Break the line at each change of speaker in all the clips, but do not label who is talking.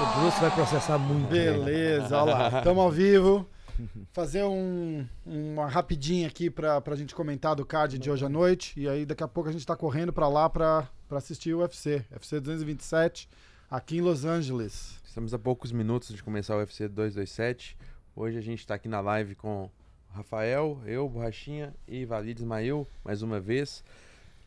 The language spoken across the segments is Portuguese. O Bruce vai processar muito. né?
Beleza, olha lá. Estamos ao vivo. Fazer um- uma rapidinha aqui pra, pra gente comentar do card de hoje à noite. E aí daqui a pouco a gente tá correndo pra lá pra, pra assistir o UFC. UFC 227, aqui em Los Angeles.
Estamos a poucos minutos de começar o UFC 227. Hoje a gente está aqui na live com Rafael, eu, Borrachinha e Valide Ismael, mais uma vez.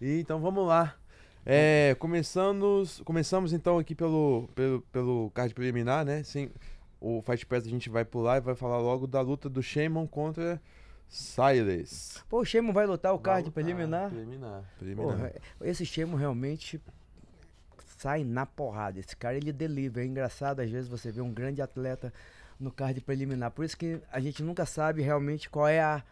E então vamos lá. É, começamos, começamos então aqui pelo, pelo, pelo card preliminar, né? Sim, o Fight Pass a gente vai pular e vai falar logo da luta do Shaman contra Silas.
Pô, o Shemo vai lutar o card
Lutar
preliminar.
Ah, Preliminar. preliminar.
Porra, esse Shemo realmente sai na porrada. Esse cara ele deliver. É engraçado, às vezes, você vê um grande atleta no card preliminar. Por isso que a gente nunca sabe realmente qual é a,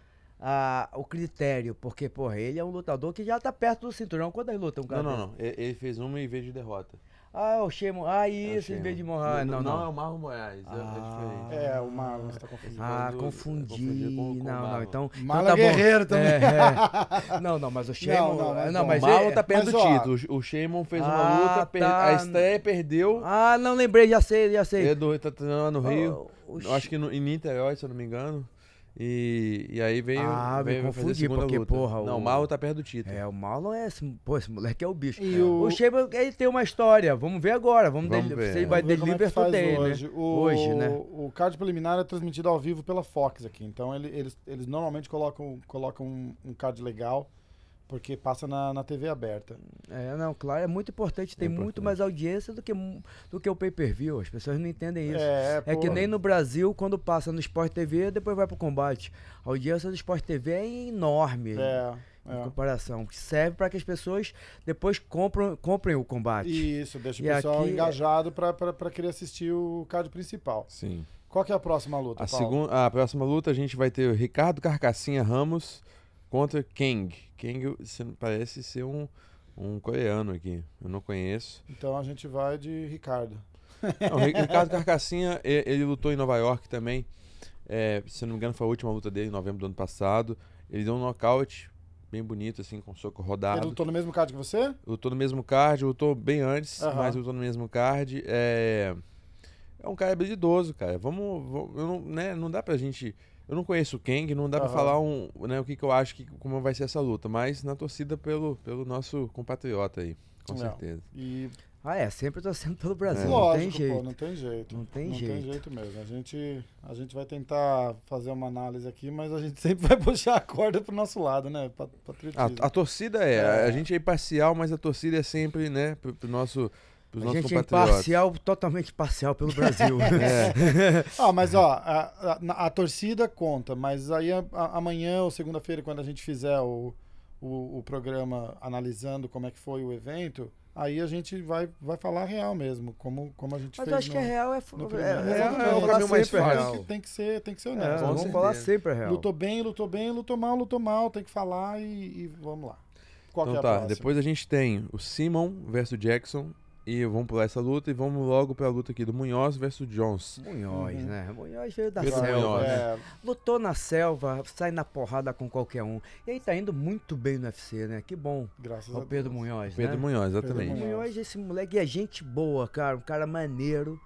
a- o critério. Porque, porra, ele é um lutador que já tá perto do cinturão. Quantas lutas um cara
Não, não,
desse?
não. Ele ele fez uma e veio de derrota.
Ah, o Shemo. Ah,
É o
isso, em
Shane.
vez de morrer. Ah, Não, não.
é o Marlon Moraes. é-
Ah.
É, diferente.
É, o Marlon está confundindo.
Ah,
Quando-
confundi.
confundi com- com o
não, não,
Marlon.
então. então
Marlon
tá bom.
Guerreiro também.
É, é. Não, não, mas o Shemo.
não,
Não,
mas
não,
bom.
mas.
o Marlon
é-
tá perto
mas,
do
ó,
título. O Sheyman fez uma
Ah,
luta, per-
tá.
a estreia perdeu.
Ah, não lembrei, já sei, já sei. Oh,
Ele é do, tá treinando lá no Rio.
O- o
Eu acho que no, em Niterói, se eu não me engano. E, e aí veio,
Ah, me
veio fazer a
confundi,
segunda
porque,
luta.
porra,
Não,
o-
o Marlon tá perto do título.
É, o Marlon é esse. Pô, esse moleque é o bicho.
E
É.
o-
o Shemo, ele tem uma história. Vamos ver agora. Vamos,
Vamos
deli-
ver.
se ele vai
Vamos ver como é que
deliver
faz
today,
hoje.
né?
O,
Hoje, né?
O card preliminar é transmitido ao vivo pela Fox aqui. Então ele- eles, eles normalmente colocam, colocam um, um card legal, porque passa na, na TV aberta.
É, não, claro, é muito importante. Tem muito
importante.
mais audiência do que, mu- do que o pay-per-view. As pessoas não entendem isso.
É,
É que
pô.
nem no Brasil, quando passa no Sport TV, depois vai pro combate. A audiência do Sport TV é enorme
É,
em
é.
comparação. que Serve para que as pessoas depois compram, comprem o combate.
Isso, deixa o
E
pessoal
aqui- é
engajado pra, pra, pra querer assistir o card principal.
Sim.
Qual que é a próxima luta,
A,
Paulo?
segunda, a próxima luta a gente vai ter o Ricardo Carcassinha Ramos contra Kang. Kang se- parece ser um, um coreano aqui. Eu não conheço.
Então a gente vai de Ricardo.
Não, o Ri- Ricardo Carcassinha, e- ele lutou em Nova York também. É, se eu não me engano, foi a última luta dele em novembro do ano passado. Ele deu um nocaute bem bonito, assim, com soco rodado.
Tá.
Ele lutou no mesmo card que você?
Lutou no mesmo card, lutou bem antes,
Aham.
mas lutou no mesmo card. É, é um cara habilidoso, cara. Vamos. vamos- eu não, né, não dá pra gente. Eu não conheço o Kang, não dá pra
Aham.
falar um, né, o que, que eu acho que como vai ser essa luta, mas na torcida pelo, pelo nosso compatriota aí, com
Não.
certeza.
E
Ah, é, sempre torcendo pelo Brasil. É. Não tem
É. lógico, pô, né?
jeito.
não tem jeito.
Não tem jeito.
mesmo. A gente, a gente vai tentar fazer uma análise aqui, mas a gente sempre vai puxar a corda pro nosso lado, né? Pa-
A,
Patriotismo.
a torcida é,
É.
a gente é imparcial, mas a torcida é sempre, né, pro, pro nosso, pros
a
nossos
gente é
compatriotas.
imparcial, totalmente parcial pelo Brasil.
Ah, mas ó, a, a- na- a torcida conta, mas aí a- a- amanhã ou segunda-feira, quando a gente fizer o, o, o programa analisando como é que foi o evento, aí a gente vai, vai falar real mesmo, como, como a gente
Mas
fez.
eu acho que é
no-
real, é,
no
foda.
primeiro.
é,
Mas
é,
tudo bem,
é o
vamos
caminho
ser
mais
fácil,
fácil.
que Tem que ser, tem que ser
É,
honesto.
com
vamos
certeza.
falar sempre é real.
Lutou bem, lutou bem, lutou mal, lutou mal, tem que falar e, e vamos lá. Qual
Então
que é a
tá,
próxima?
depois a gente tem o Simon versus Jackson e vamos pular essa luta e vamos logo pra luta aqui do Munhoz versus Jones.
Munhoz,
Uhum.
né? Munhoz veio da
Veio da
selva.
Munhoz,
né?
É,
Lutou na selva, sai na porrada com qualquer um. E aí tá indo muito bem no UFC, né? Que bom.
graças
É
a
o
Deus.
Pedro Munhoz,
Pedro
né?
Munhoz,
Pedro
exatamente.
Munhoz.
Munhoz, esse moleque é gente boa, cara. Um cara maneiro.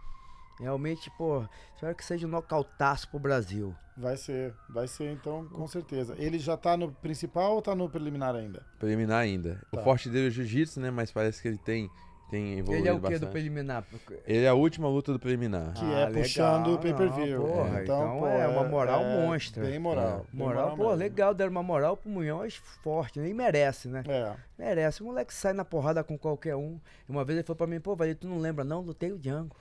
Realmente, pô, espero que seja um nocautaço pro Brasil.
Vai ser, vai ser então, com certeza. Ele já tá no principal ou tá no preliminar ainda?
Preliminar ainda.
Tá.
O forte dele é o jiu-jitsu, né, mas parece que ele tem, tem evoluído
Ele é o quê
bastante.
do preliminar? Porque-
Ele é a última luta do preliminar.
Que é puxando o pay-per-view.
Ah, não, porra,
É.
então, é uma moral monstra. É,
Bem moral. bem
Moral, pô,
mesmo. né?
legal, deram uma moral pro Munhoz forte, nem merece, né?
É.
Merece. O moleque sai na porrada com qualquer um. E uma vez ele falou pra mim, pô, Valdir, tu não lembra não? Lutei o Django.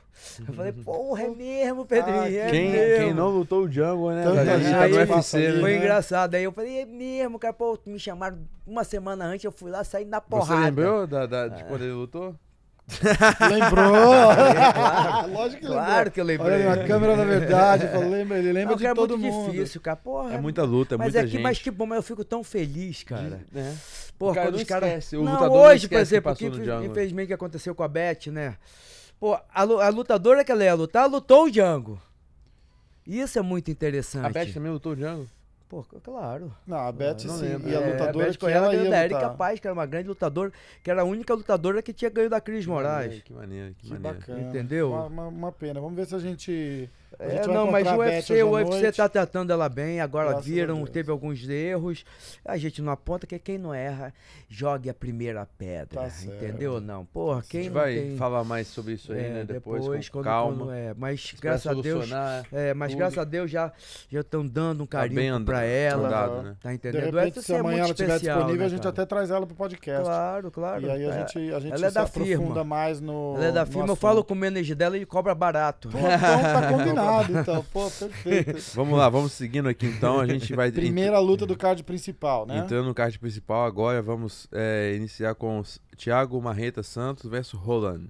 Eu falei, porra, é mesmo, Pedrinho,
Ah,
é
Quem,
mesmo. Então,
quem não lutou o Django, né?
Tanta
velho?
gente
tá no
que
UFC,
passa ali,
né?
Foi
né?
engraçado. Aí eu falei, é mesmo, cara, pô, me chamaram uma semana antes, eu fui lá, saí na
Você
porrada. É.
lembrou da, da- de quando ele lutou? É
Lembrou? Lógico que
É, Claro
lembrou.
que eu lembrei.
Olha, na câmera da verdade, falou, lembra, ele
Não,
lembra
cara,
de
é
todo
muito
mundo.
difícil, cara. Porra,
É muita luta, é
mas
muita
é que,
gente.
mas tipo, mas eu fico tão feliz, cara.
É.
Porra,
O cara
quando
não
os caras.
esquece, o
não,
lutador não
hoje, por
esquece que
exemplo,
passou
que
no
infe-
Django.
infelizmente que aconteceu com a Beth, né? Pô, a, lu- a lutadora que ela ia lutar, lutou o Django. Isso é muito interessante.
A Beth também lutou o Django?
Pô, c- claro.
Não, a Beth
Não
sim,
lembro.
e a
É, a
lutadora
Beth
que
Correa,
ela
ganhou
ia
da Erika
lutar.
Paz, que era uma grande lutadora, que era a única lutadora que tinha ganho da Cris Moraes.
Que maneiro, que,
Que
maneiro.
bacana.
Entendeu?
Uma, uma- uma pena. Vamos ver se a gente. A gente
É,
vai
não, mas
encontrar
o
a Beth hoje
UFC,
à
o UFC
noite.
tá tratando ela bem, agora
Graças a
viram,
Deus.
teve alguns erros. A gente não aponta que quem não erra, jogue a primeira pedra.
Tá certo. Tá
entendeu? Não, porra,
A
quem
gente
não
vai
tem...
falar mais sobre isso aí,
É,
né? Depois, com
quando-
calma.
quando- é, mas
pra
graças a Deus.
solucionar
É, mas
tudo.
graças a Deus já já estão dando um
Tá bem
carinho
andado-
pra ela.
andado, né?
Tá
De
entendendo?
repente,
UFC
se amanhã
muito
ela estiver
especial,
disponível,
né,
a gente
cara?
até traz ela pro podcast.
Claro, claro.
E aí a
É,
gente, a gente
ela é
se
da firma.
aprofunda mais no.
Ela é da
no
firma, eu
assunto.
falo com o manager dela e cobra barato.
Pô, então tá combinado, então. Pô, perfeito.
Vamos lá, vamos seguindo aqui então. A gente vai
Primeira luta do card principal, né?
entrando no card principal agora. Vamos é, iniciar com os- Thiago Marreta Santos versus Roland.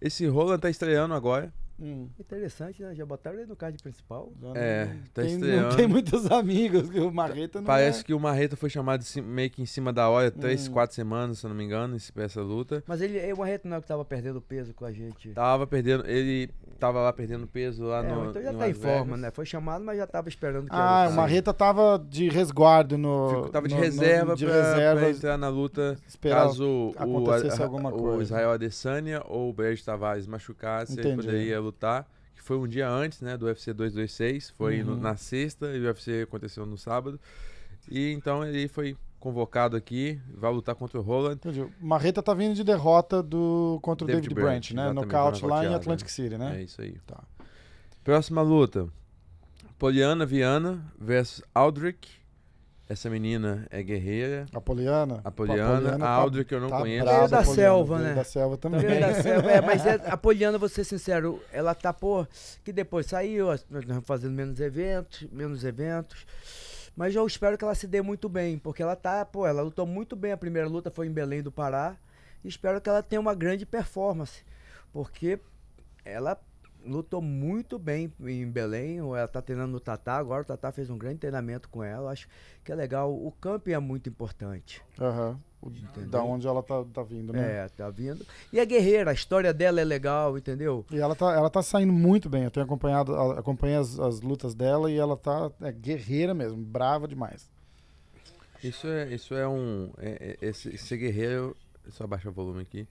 Esse Roland tá estreando agora.
Hum,
Interessante, né? Já botaram ele no card principal.
já
É,
não-
tá
tem,
estreando.
Não tem muitos amigos, que o Marreta não
Parece
é.
que o Marreta foi chamado em cima- meio que em cima da hora, três,
Hum.
quatro semanas, se eu não me engano, esse- pra essa luta.
Mas ele, o Marreto não é o que tava perdendo peso com a gente.
Tava perdendo, ele tava lá perdendo peso lá
É,
Tá no.
então já
em
tá em
Las Vegas.
forma, né? Foi chamado, mas já tava esperando que
Ah,
ia
o
lutar.
Marreta tava de resguardo no.
Ficou- tava de
no- no-
reserva,
de
pra, pra
reserva,
entrar na luta
esperar
caso o,
acontecesse
a-
alguma
o
coisa.
Israel Adesanya ou o Brad Tavares machucasse, ele
Entendi.
poderia lutar. Que foi um dia antes, né, do UFC 226, foi
Uhum.
no- na sexta e o UFC aconteceu no sábado. E então ele foi convocado aqui, vai lutar contra o Roland.
Entendi. O Marreta tá vindo de derrota do contra o
David
David,
Branch,
Branch, né?
exatamente,
Nocaute
foi
lá em
nocauteado,
Atlantic City, né?
É isso aí.
Tá.
Próxima luta. Poliana Viana versus Aldrich. Essa menina é guerreira.
A Poliana.
A Poliana, a
tá-
Aldrich eu não conheço.
brava,
Veio da
a Poliana.
selva,
Veio
né?
Da selva também.
Veio da selva, é, mas é, a Poliana, vou ser sincero, ela tá, pô, que depois saiu, nós estamos fazendo menos eventos, menos eventos. Mas eu espero que ela se dê muito bem, porque ela tá, pô, ela lutou muito bem. A primeira luta foi em Belém do Pará. E espero que ela tenha uma grande performance, porque ela lutou muito bem em Belém. ou Ela tá treinando no Tatá agora. O Tatá fez um grande treinamento com ela. eu Acho que é legal. O camping é muito importante.
Aham. O- Da onde ela tá, tá vindo, né?
É, tá vindo. E a guerreira, a história dela é legal, entendeu?
E ela tá, ela tá saindo muito bem. Eu tenho acompanhado, a- acompanhei as, as lutas dela e ela tá é, guerreira mesmo, brava demais.
Isso é, isso é um. é- é- esse, ser guerreiro. Só baixar o volume aqui.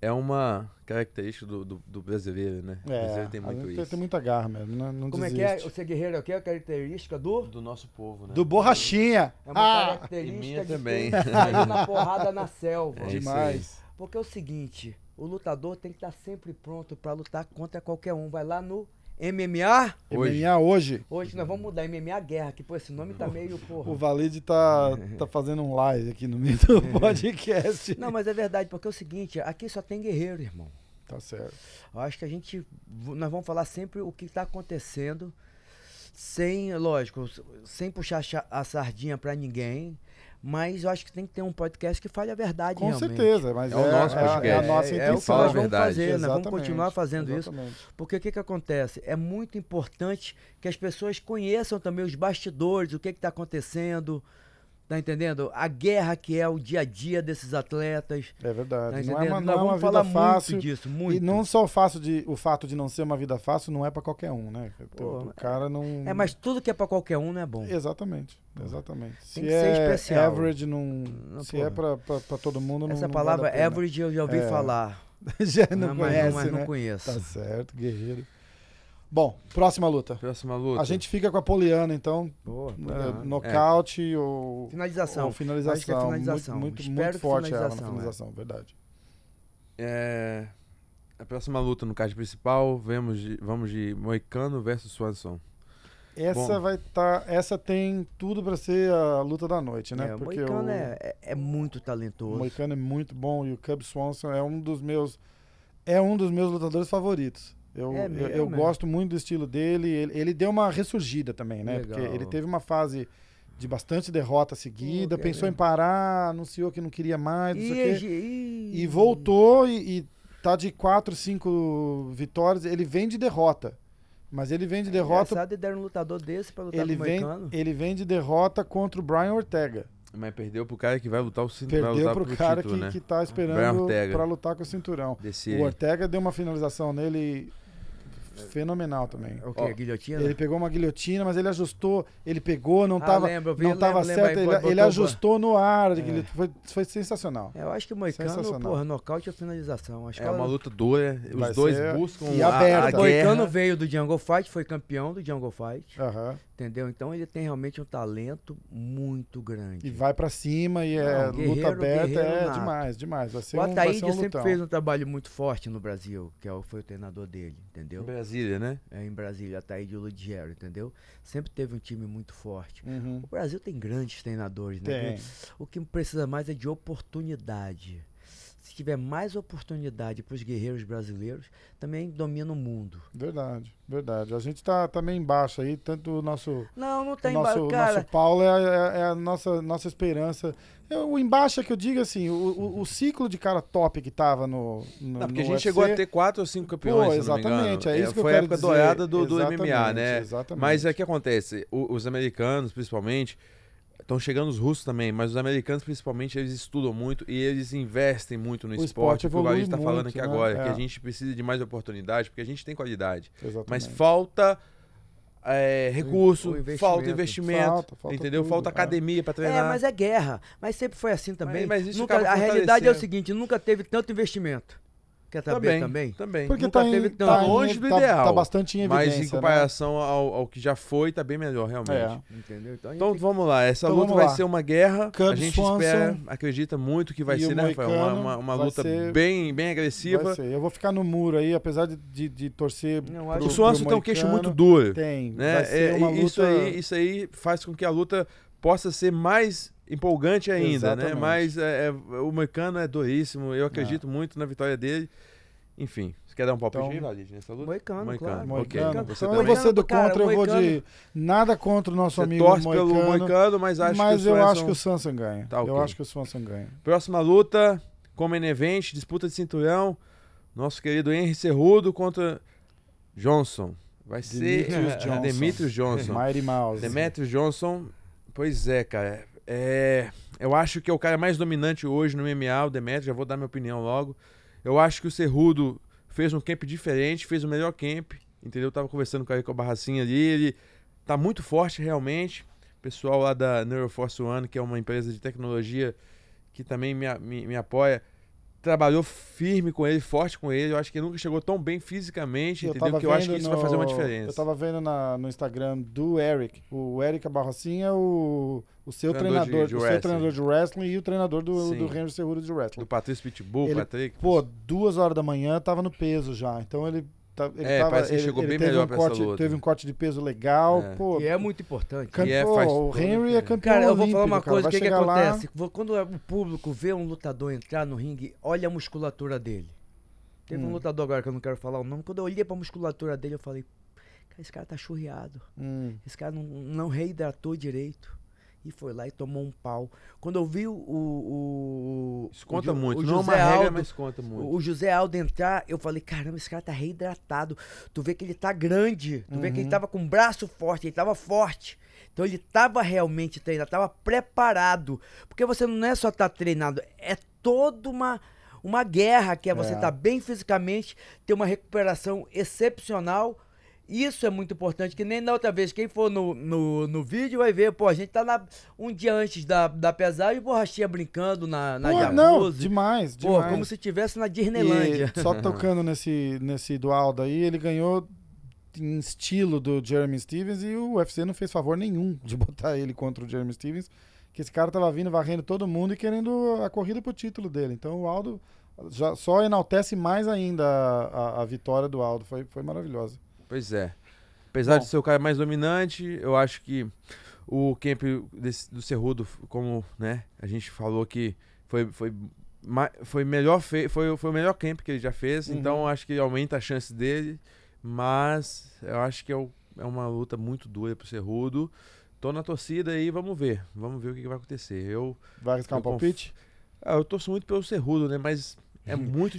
É uma característica do, do, do brasileiro, né? O
É,
brasileiro tem
a
muito
gente
isso.
tem muita garra mesmo, não, não
Como é que é? O
desiste.
ser guerreiro é o que? A característica do.
Do nosso povo, né?
Do Borrachinha!
É uma
ah!
E
característica
minha
de
também.
quem saiu na porrada na selva.
É isso aí.
Demais.
Porque é o seguinte, o lutador tem que estar sempre pronto pra lutar contra qualquer um. Vai lá no MMA.
Hoje.
MMA hoje.
Hoje nós vamos mudar MMA Guerra, que pô, esse nome tá meio
O
porra.
Valide tá, tá fazendo um live aqui no meio do podcast.
Não, mas é verdade, porque é o seguinte, aqui só tem guerreiro, irmão.
Tá certo.
Eu acho que a gente. v- Nós vamos falar sempre o que está acontecendo, sem, lógico, s- sem puxar cha- a sardinha para ninguém. Mas eu acho que tem que ter um podcast que fale a verdade,
Com
realmente.
certeza, mas
É
é,
o nosso
é a- é a
podcast.
nossa
É, é o que
intenção.
Fala a
nós vamos
verdade.
fazer, nós vamos continuar
Exatamente,
fazendo isso.
exatamente.
Porque o que, que acontece? É muito importante que as pessoas conheçam também os bastidores, o que está acontecendo. Tá entendendo? A guerra que é o dia a dia desses atletas.
É
Tá
verdade. não é
entendendo?
uma, não
nós
é uma
vamos
vida
falar
fácil.
muito disso, muito.
E não só o, fato de, o fato de não ser uma vida fácil não é pra qualquer um, né?
Pô,
o cara não.
É, mas tudo que é para qualquer um não é bom.
Exatamente, exatamente. Se
que ser
é
especial.
average, não.
Não,
se
porra.
é pra, pra, pra todo mundo, não.
Essa
não vale a
palavra
pena.
average eu já ouvi
É.
falar. Ah,
Já não
mas
conhece,
mas
né?
não conheço.
Tá certo, guerreiro. Bom, próxima luta.
Próxima luta.
A gente fica com a Poliana, então.
Boa,
É,
boa.
nocaute ou.
tá. Ah, Finalização.
ou finalização.
Acho que é finalização.
Muito, muito,
Espero
muito
que
forte ela na
finalização, é.
finalização, verdade.
É, A próxima luta no card principal, vemos de- vamos de Moicano versus Swanson.
Essa
Bom.
vai estar. essa tem tudo pra ser a luta da noite, né?
É, o
Porque
Moicano
o,
é, é- é muito
o
talentoso.
Moicano é muito bom e o Cub Swanson é um dos meus é um dos meus lutadores favoritos. Eu,
É
eu-
mesmo,
eu,
é?
gosto muito do estilo dele. Ele, ele deu uma ressurgida também, né?
Legal.
Porque ele teve uma fase de bastante derrota seguida,
Pô, é.
pensou
cara.
é em parar, anunciou que não queria mais, não sei o quê.
e,
E voltou e, e tá de 4, 5 vitórias. Ele vem de derrota. Mas ele vem de derrota.
Engraçado de dar um lutador desse pra lutar
Ele
com o
vem,
Moicano.
ele vem de derrota contra o Brian Ortega.
Mas perdeu pro cara que vai lutar o cinto, vai
Perdeu
lutar
pro
pro
cara
título,
que,
né?
que tá
Brian
esperando
Ortega.
pra lutar com o cinturão.
Desse...
O Ortega deu uma finalização nele fenomenal também.
O quê?
Ó,
guilhotina?
Ele pegou uma guilhotina, mas ele ajustou, ele pegou, não
né? Ah,
tava,
lembro, eu vi,
não
lembro,
tava
lembro,
certo,
aí
ele,
botou É.
ele
o-
ajustou no ar, ele- foi, foi sensacional.
É, Eu acho que o Moicano,
Sensacional.
porra, nocaute ou finalização. Acho que
É uma
ela-
luta dura,
Vai
os dois
ser-
buscam
e
a, a
aberta.
O Moicano
guerra.
veio do Jungle Fight, foi campeão do Jungle Fight,
Aham.
entendeu? Então ele tem realmente um talento muito grande.
E vai pra cima e
Não,
é
guerreiro-
luta aberta,
guerreiro
é
nato.
demais, demais. Vai ser
o
um, vai
Ataíde
ser um
sempre
lutão.
fez um trabalho muito forte no Brasil, que é o- foi o treinador dele, entendeu?
Brasília, né?
É, em Brasília, Ataíde Ludiero, entendeu? Sempre teve um time muito forte.
Uhum.
O Brasil tem grandes treinadores, né?
Tem.
O que precisa mais é de oportunidade. Se tiver mais oportunidade para os guerreiros brasileiros, também domina o mundo.
Verdade, verdade. A gente tá, tá meio embaixo aí, tanto o nosso,
Não, não
o
tem
nosso,
embaixo, tá cara.
nosso Paulo é, é- é a nossa, nossa esperança. Eu- o embaixo é que eu digo assim, o, o- o ciclo de cara top que tava no, no
Não, porque
no
a gente
UFC,
chegou a ter quatro ou cinco campeões,
Pô,
se eu não me engano.
exatamente, é isso que eu
Foi a
quero
época
dizer.
dourada do, do MMA,
Exatamente,
né?
exatamente.
Mas é que acontece, o- os americanos, principalmente, estão chegando os russos também, mas os americanos, principalmente, eles estudam muito e eles investem muito no
O
esporte,
esporte
que o Gaúcho está
evolui
falando
muito,
aqui
né?
agora, que
É.
a gente precisa de mais oportunidade, porque a gente tem qualidade.
Exatamente.
Mas falta é, recurso,
o investimento.
falta investimento,
Falta, falta
entendeu?
tudo,
Falta
é.
academia pra
É,
treinar.
mas é guerra. Mas sempre foi assim também.
mas isso
nunca,
acaba
a realidade é o
fortalecendo.
seguinte: nunca teve tanto investimento. Quer saber
também,
também?
também.
Porque
Nunca
tá, em-
teve
tá
tanto.
em-
Longe do
tá-
é ideal,
Tá bastante em
Mas
evidência.
em
né?
comparação ao, ao que já foi, tá bem melhor, realmente.
É.
Entendeu? Então, a gente
Então
tem
vamos lá, essa
Então,
luta
vamos
vai
lá.
ser uma guerra. a
Cubs,
gente
Swanson
espera, acredita muito que vai
e
ser,
o
né, Rafael? Uma,
Moicano
uma, uma
vai
luta
ser-
bem, bem
Vai
agressiva.
ser. Eu vou ficar no muro aí, apesar de, de, de torcer.
Não,
pro-
acho-
O
pro-
Swanson
pro
tem um queixo
Moicano.
muito duro.
Tem.
Né?
Vai ser
É,
uma
e isso,
luta-
aí, isso aí faz com que a luta possa ser mais empolgante ainda, né?
Exatamente. É.
Mas é, é, o Moicano é duríssimo, eu acredito muito na vitória dele. Enfim, você quer dar um palpite
Então,
aí, Valide, nessa luta?
Moicano, claro.
Moicano.
ok. Você,
Então eu
também.
vou ser do
Moicano,
contra, eu vou de.
Moicano.
Nada contra o nosso
Você
amigo
é torce
Moicano.
pelo Moicano, mas acho
mas
que o
eu
Swanson-
acho que o Samson ganha.
Tá, ok.
Eu acho que o Swanson ganha.
Próxima luta, Common Event, disputa de cinturão. Nosso querido Henry Cerrudo contra Johnson. Vai ser
Demetrius Johnson.
Demetrius Johnson.
Mighty Mouse.
Demetrius Johnson. Pois é, cara. É, eu acho que é o cara mais dominante hoje no MMA, o Demetrius. Já vou dar minha opinião logo. Eu acho que o Cerrudo fez um camp diferente, fez o melhor camp. Entendeu? Eu tava conversando com o Arico Barracinha ali. Ele tá muito forte realmente. O pessoal lá da Neuroforce One, que é uma empresa de tecnologia que também me, a- me, me apoia, trabalhou firme com ele, forte com ele. Eu acho que ele nunca chegou tão bem fisicamente, entendeu?
tava
Que eu acho que
vendo
isso vai fazer uma
no-
diferença.
Eu tava vendo na- no Instagram do Eric. O Eric Abarrocinha é o, o seu
Treinador
treinador,
de- de
o
wrestling.
seu treinador de wrestling e o treinador do,
Sim.
do Henry Seguro de wrestling.
Do Patrício Pitbull,
Ele-
Patrick.
Pô, duas horas da manhã tava no peso já. Então ele. tá- ele
É,
tava-
parece que
ele-
chegou
ele
bem
teve
melhor
um
pra essa
corte,
luta.
Teve um corte de peso legal.
É.
Pô,
E é muito importante.
Cam-
E é,
pô,
faz
o
todo
Henry é campeão.
Cara, eu vou falar
olímpico,
uma
cara.
coisa, o
Vai
que, que
chegar lá-
acontece? Vo- Quando é, o público vê um lutador entrar no ringue, olha a musculatura dele. Teve um
Hum.
lutador agora que eu não quero falar o nome. Quando eu olhei pra musculatura dele, eu falei, cara, esse cara tá churreado.
Hum,
Esse cara não, não reidratou direito. E foi lá e tomou um pau. Quando eu vi o. o, o
Isso conta
o Ju-
muito.
o
Não é uma
José
regra,
Aldo-
mas conta muito.
O José Aldo entrar, eu falei, caramba, esse cara tá reidratado. Tu vê que ele tá grande, tu vê que
Uhum.
ele tava com o braço forte, ele tava forte. Então ele tava realmente treinado, tava preparado. Porque você não é só tá treinado, é toda uma, uma guerra que é você
É.
tá bem fisicamente, ter uma recuperação excepcional. Isso é muito importante, que nem na outra vez, quem for no, no, no vídeo vai ver, pô, a gente tá na- um dia antes da, da pesagem, borrachinha brincando na, na
Pô, não,
jacuzzi.
demais,
Pô,
demais.
como se estivesse na Disneylândia.
E só tocando nesse, nesse do Aldo aí, ele ganhou em estilo do Jeremy Stevens e o UFC não fez favor nenhum de botar ele contra o Jeremy Stevens, que esse cara tava vindo varrendo todo mundo e querendo a corrida pro título dele. Então o Aldo já só enaltece mais ainda a, a- a vitória do Aldo. Foi, foi maravilhosa.
Pois é. Apesar
Bom.
de ser o cara mais dominante, eu acho que o camp desse- do Cerrudo, como né, a gente falou que foi, foi, ma- foi, melhor fe, foi, foi o melhor camp que ele já fez,
Uhum.
então eu acho que aumenta a chance dele, mas eu acho que é, o- é uma luta muito dura pro Cerrudo. Tô na torcida aí, vamos ver. Vamos ver o que, que vai acontecer. Eu,
Vai arriscar
Eu
um palpite?
Ah, eu torço muito pelo Cerrudo, né? Mas É muito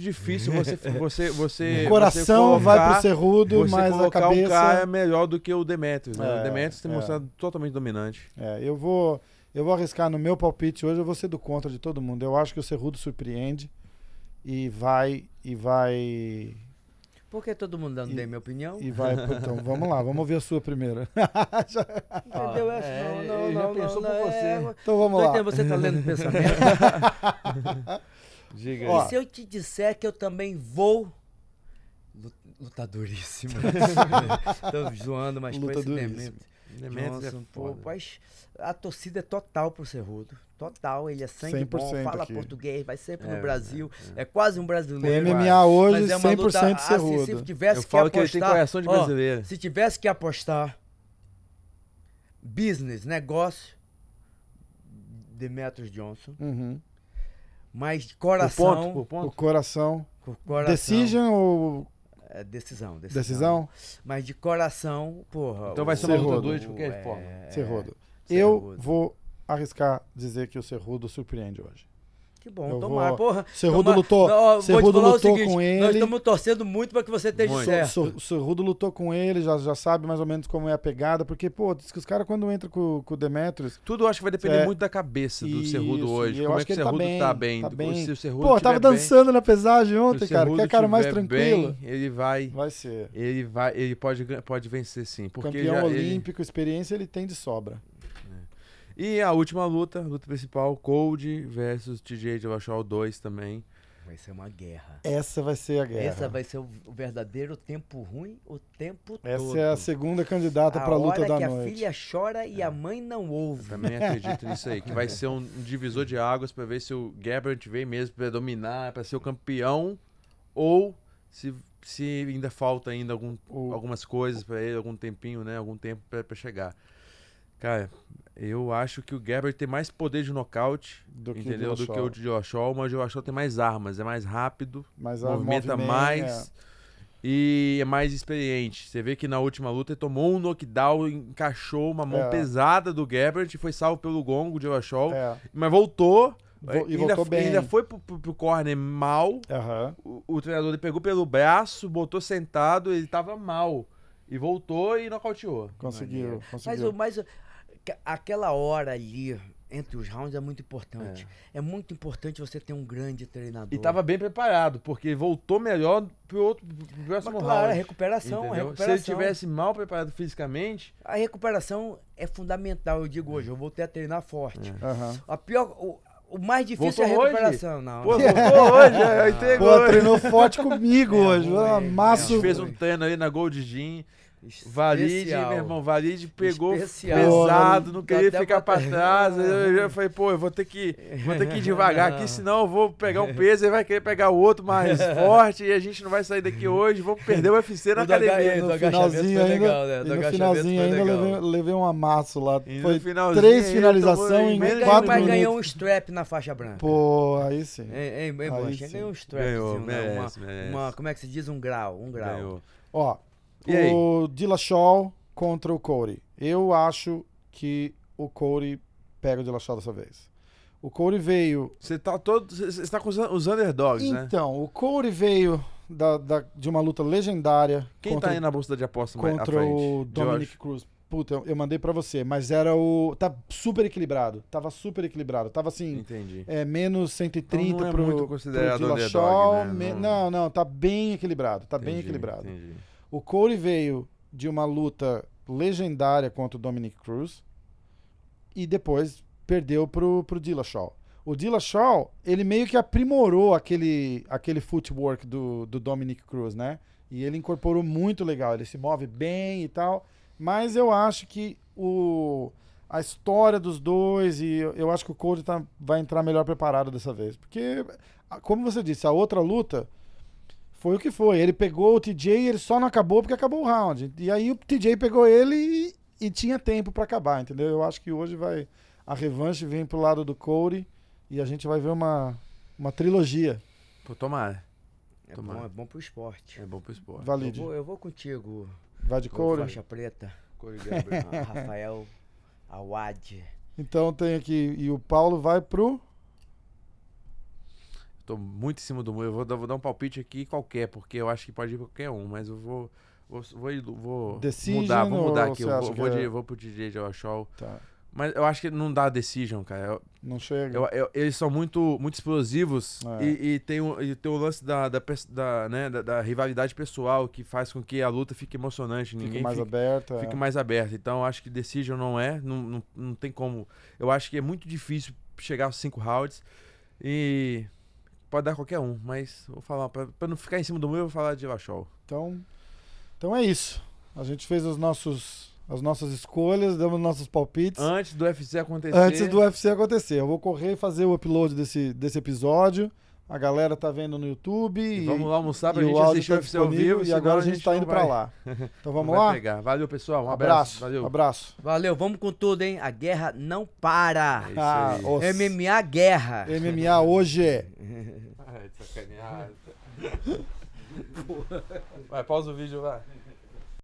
difícil você. você, você
O coração
você
vai pro
colocar-
serrudo,
você
mas a
colocar
cabeça.
um cara melhor do que o Demetrius, né?
É,
o Demetrius tem
é.
mostrado totalmente dominante.
É, eu vou, eu vou arriscar no meu palpite hoje, eu vou ser do contra de todo mundo. Eu acho que o Cerrudo surpreende e vai e vai
Por que todo mundo dando
E-
dei minha opinião?
e vai, então, vamos lá, vamos ouvir a sua primeira.
Entendeu?
Ah,
Essa
é,
não, não,
ele já
não,
pensou
não,
por
não,
você.
é,
Então
tô
vamos lá.
entendendo, você tá lendo pensamento.
Diga
Ó,
E se eu te disser que eu também vou. Lu- Lutadoríssimo. Tô zoando, mas foi esse
Lutadoríssimo.
Demetrius.
Demetrius é
Johnson, pô,
foda.
mas a torcida é total pro Cerrudo. Total, ele é sangue bom,
100%
fala
aqui.
português, vai sempre
É,
no Brasil. É, quase um
O
brasileiro.
MMA hoje
mas é uma
100%
luta- ah,
Cerrudo.
Se, se tivesse
Eu falo
que
que ele tem
apostar,
coração de
ó,
brasileiro.
se tivesse que apostar business, negócio, Demetrius Johnson,
Uhum.
mas de
Por
coração,
ponto, por
O
ponto.
coração.
com coração
Decision ou
é, decisão, decisão,
decisão?
mas de coração, porra.
Então
o-
vai ser uma
luta
o-
dura de qualquer
é,
forma.
é,
Cerrudo. Eu
Cerrudo.
vou arriscar dizer que o Cerrudo surpreende hoje.
Que bom,
eu
tomara,
vou-
porra.
Cerrudo
tomara-
lutou-
Então, Não, ó, vou te
Cerrudo
falar o
lutou
seguinte,
com
Nós
ele.
estamos torcendo muito para que você esteja
Muito.
certo.
So- so- O Rudo lutou com ele, já, já sabe mais ou menos como é a pegada, porque, pô, diz que os caras quando entram com, com o Demetrius.
Tudo eu acho que vai depender
É.
muito da cabeça do
Isso,
Cerrudo hoje.
e eu
Como
acho
é que o
que ele tá
Cerrudo
bem,
tá bem.
tá bem.
Se o Cerrudo
Pô, eu tava
tiver bem,
dançando na pesagem ontem,
se o
cara. Que é
Cerrudo
cara mais
tiver
tranquilo.
bem, ele vai.
Vai ser.
Ele vai. Ele pode, gan- pode vencer sim. Porque
Campeão
já, ele-
olímpico, experiência ele tem de sobra.
E a última luta, luta principal, Cold versus TJ de Wachau 2 também.
Vai ser uma guerra.
Essa vai ser a guerra.
Essa vai ser o o verdadeiro tempo ruim o tempo
Essa
todo.
é a segunda candidata pra luta
hora
da
que
noite. É.
a filha chora e a mãe não
Eu
ouve.
Também acredito nisso aí, que vai ser um divisor de águas pra ver se o Gabbert vem mesmo pra dominar, pra ser o campeão, ou se, se ainda falta ainda algum,
O-
algumas coisas pra ele, algum tempinho, né? Algum tempo pra, pra chegar. Cara, eu acho que o Gabbert tem mais poder de nocaute,
Do que o
entendeu? do que o
Dillashaw.
Dillashaw, mas o Dillashaw tem mais armas, é mais rápido,
Mas a
movimenta
movimento-
mais e é mais experiente. Você vê que na última luta ele tomou um knockdown, encaixou uma mão
É.
pesada do Gabbert, foi salvo pelo gongo de Wachol,
É.
mas voltou. eh,
Vo- e
ainda,
voltou bem.
ainda foi pro, pro, pro corner mal.
é. Aham.
O, o treinador ele pegou pelo braço, botou sentado, ele tava mal. E voltou e nocauteou.
Conseguiu.
Mas,
conseguiu.
o- mas o- ca- aquela hora ali entre os rounds é muito importante. É, muito importante você ter um grande treinador.
E tava bem preparado, porque voltou melhor pro outro pro
Mas,
próximo
claro, a
round.
recuperação, a
entendeu? Se
recuperação.
ele tivesse mal preparado fisicamente,
A recuperação é fundamental, eu digo hoje. Eu voltei a treinar forte.
Aham.
A pior, o, o mais difícil
É. Voltou
é a
hoje?
recuperação, não. não.
pô, voltou hoje, aí entregou.
Pô, treinou forte comigo
É,
hoje.
moleque,
A
Amasso.
gente fez um treino ali na Gold Gin.
Especial.
Valide, meu irmão, Valide pegou
Especial.
pesado, não
Dá
queria
até
ficar
pra-
pra trás. Eu, eu falei, pô, eu vou ter que, vou ter que ir devagar aqui, senão eu vou pegar um peso, ele vai querer pegar o outro mais forte e a gente não vai sair daqui hoje, vamos perder o UFC na
O do H-
academia.
é, do
no
agachamento
finalzinho
foi
ainda,
legal, né?
e
Do
no
agachamento
finalzinho
foi
ainda
legal.
levei, levei um amasso lá.
E no
Foi
finalzinho
três
ele
finalizações
tomou
em
em menos
Mas
de
ganhou,
quatro
mas
minutos.
ganhou um strap na faixa branca.
Pô, aí sim.
É.
Ei, ei, ei,
Aí
Borges,
sim.
ganhou um strap.
Ganhou,
uma,
merece,
uma-
merece.
uma- como é que se diz? Um grau, um grau.
Ganhou.
Ó,
E aí?
o Dillashaw contra o Corey. Eu acho que o Corey pega o Dillashaw dessa vez. O Corey veio...
Você tá todo. Você você tá com os, os underdogs, né?
Então, o Corey veio da- da- de uma luta legendária
Quem
contra
tá aí na bolsa de aposta mais à
contra
frente?
o Dominic Cruz. Puta, eu, eu mandei pra você, mas era o. Tá super equilibrado. Tava super equilibrado. Tava assim,
Entendi.
é, menos 130
Então não é
pro,
muito
pro
considerado
Dillashaw,
underdog, né?
me- Não,
Não.
não, tá bem equilibrado. Tá bem
Entendi,
equilibrado.
entendi.
O Corey veio de uma luta legendária contra o Dominic Cruz e depois perdeu pro, pro Dillashaw. O Dillashaw, ele meio que aprimorou aquele, aquele footwork do, do Dominic Cruz, né? E ele incorporou muito legal, ele se move bem e tal. Mas eu acho que o, a história dos dois, e eu, eu acho que o Cody tá, vai entrar melhor preparado dessa vez. Porque, a- como você disse, a outra luta foi o que foi. Ele pegou o TJ e ele só não acabou porque acabou o round. E aí o TJ pegou ele e, e tinha tempo pra acabar, entendeu? Eu acho que hoje vai. A revanche vem pro lado do Cody e a gente vai ver uma, uma trilogia.
Pô, tomara.
É,
Tomara.
bom, é bom pro esporte.
É bom pro esporte.
Eu
Valide.
vou, eu vou contigo,
Vai de
ô
Cody.
faixa preta,
Corey
É.
Gabbert.
a Rafael Awad.
Então tem aqui. E o Paulo vai pro.
tô muito em cima do muro. Eu vou, dar- vou dar um palpite aqui qualquer, porque eu acho que pode ir qualquer um, mas eu vou. Vou, vou, ilu- vou
Decision
mudar, vou mudar
ou
aqui.
você
Eu vou,
acha
vou,
que é-
de- vou pro DJ Joe Shaw.
Tá.
Mas eu acho que não dá decision, cara. Eu-
Não chega.
eu- eu- eles são muito, muito explosivos
É.
e, e tem o, e tem o lance da, da, pers- da, né, da- da rivalidade pessoal que faz com que a luta fique emocionante.
Fica
Ninguém
mais é.
fica-
aberta.
fique mais aberto. Então, acho que decision não é, não, não, não tem como. Eu acho que é muito difícil chegar aos cinco rounds e pode dar qualquer um, mas vou falar, pra, pra não ficar em cima do muro, eu vou falar de Lachol.
Então, então é isso. A gente fez os nossos, as nossas escolhas, damos nossos palpites.
Antes do UFC acontecer,
Antes do UFC acontecer. Eu vou correr e fazer o upload desse, desse episódio. A galera tá vendo no YouTube.
e
E
vamos lá almoçar pra
e
gente
o áudio
assistir
tá
o UFC ao
disponível,
vivo.
E agora a
senão
gente tá
não
indo
vai-
pra lá. Então
não
vamos
vai
lá?
Pegar. Valeu, pessoal. Um abraço.
abraço.
Valeu.
Abraço.
Valeu, vamos com tudo, hein? A guerra não
É
para.
isso
Ah,
aí.
os-
MMA guerra.
MMA hoje é.
Ai, de sacaneada. Vai, pausa o vídeo, vai.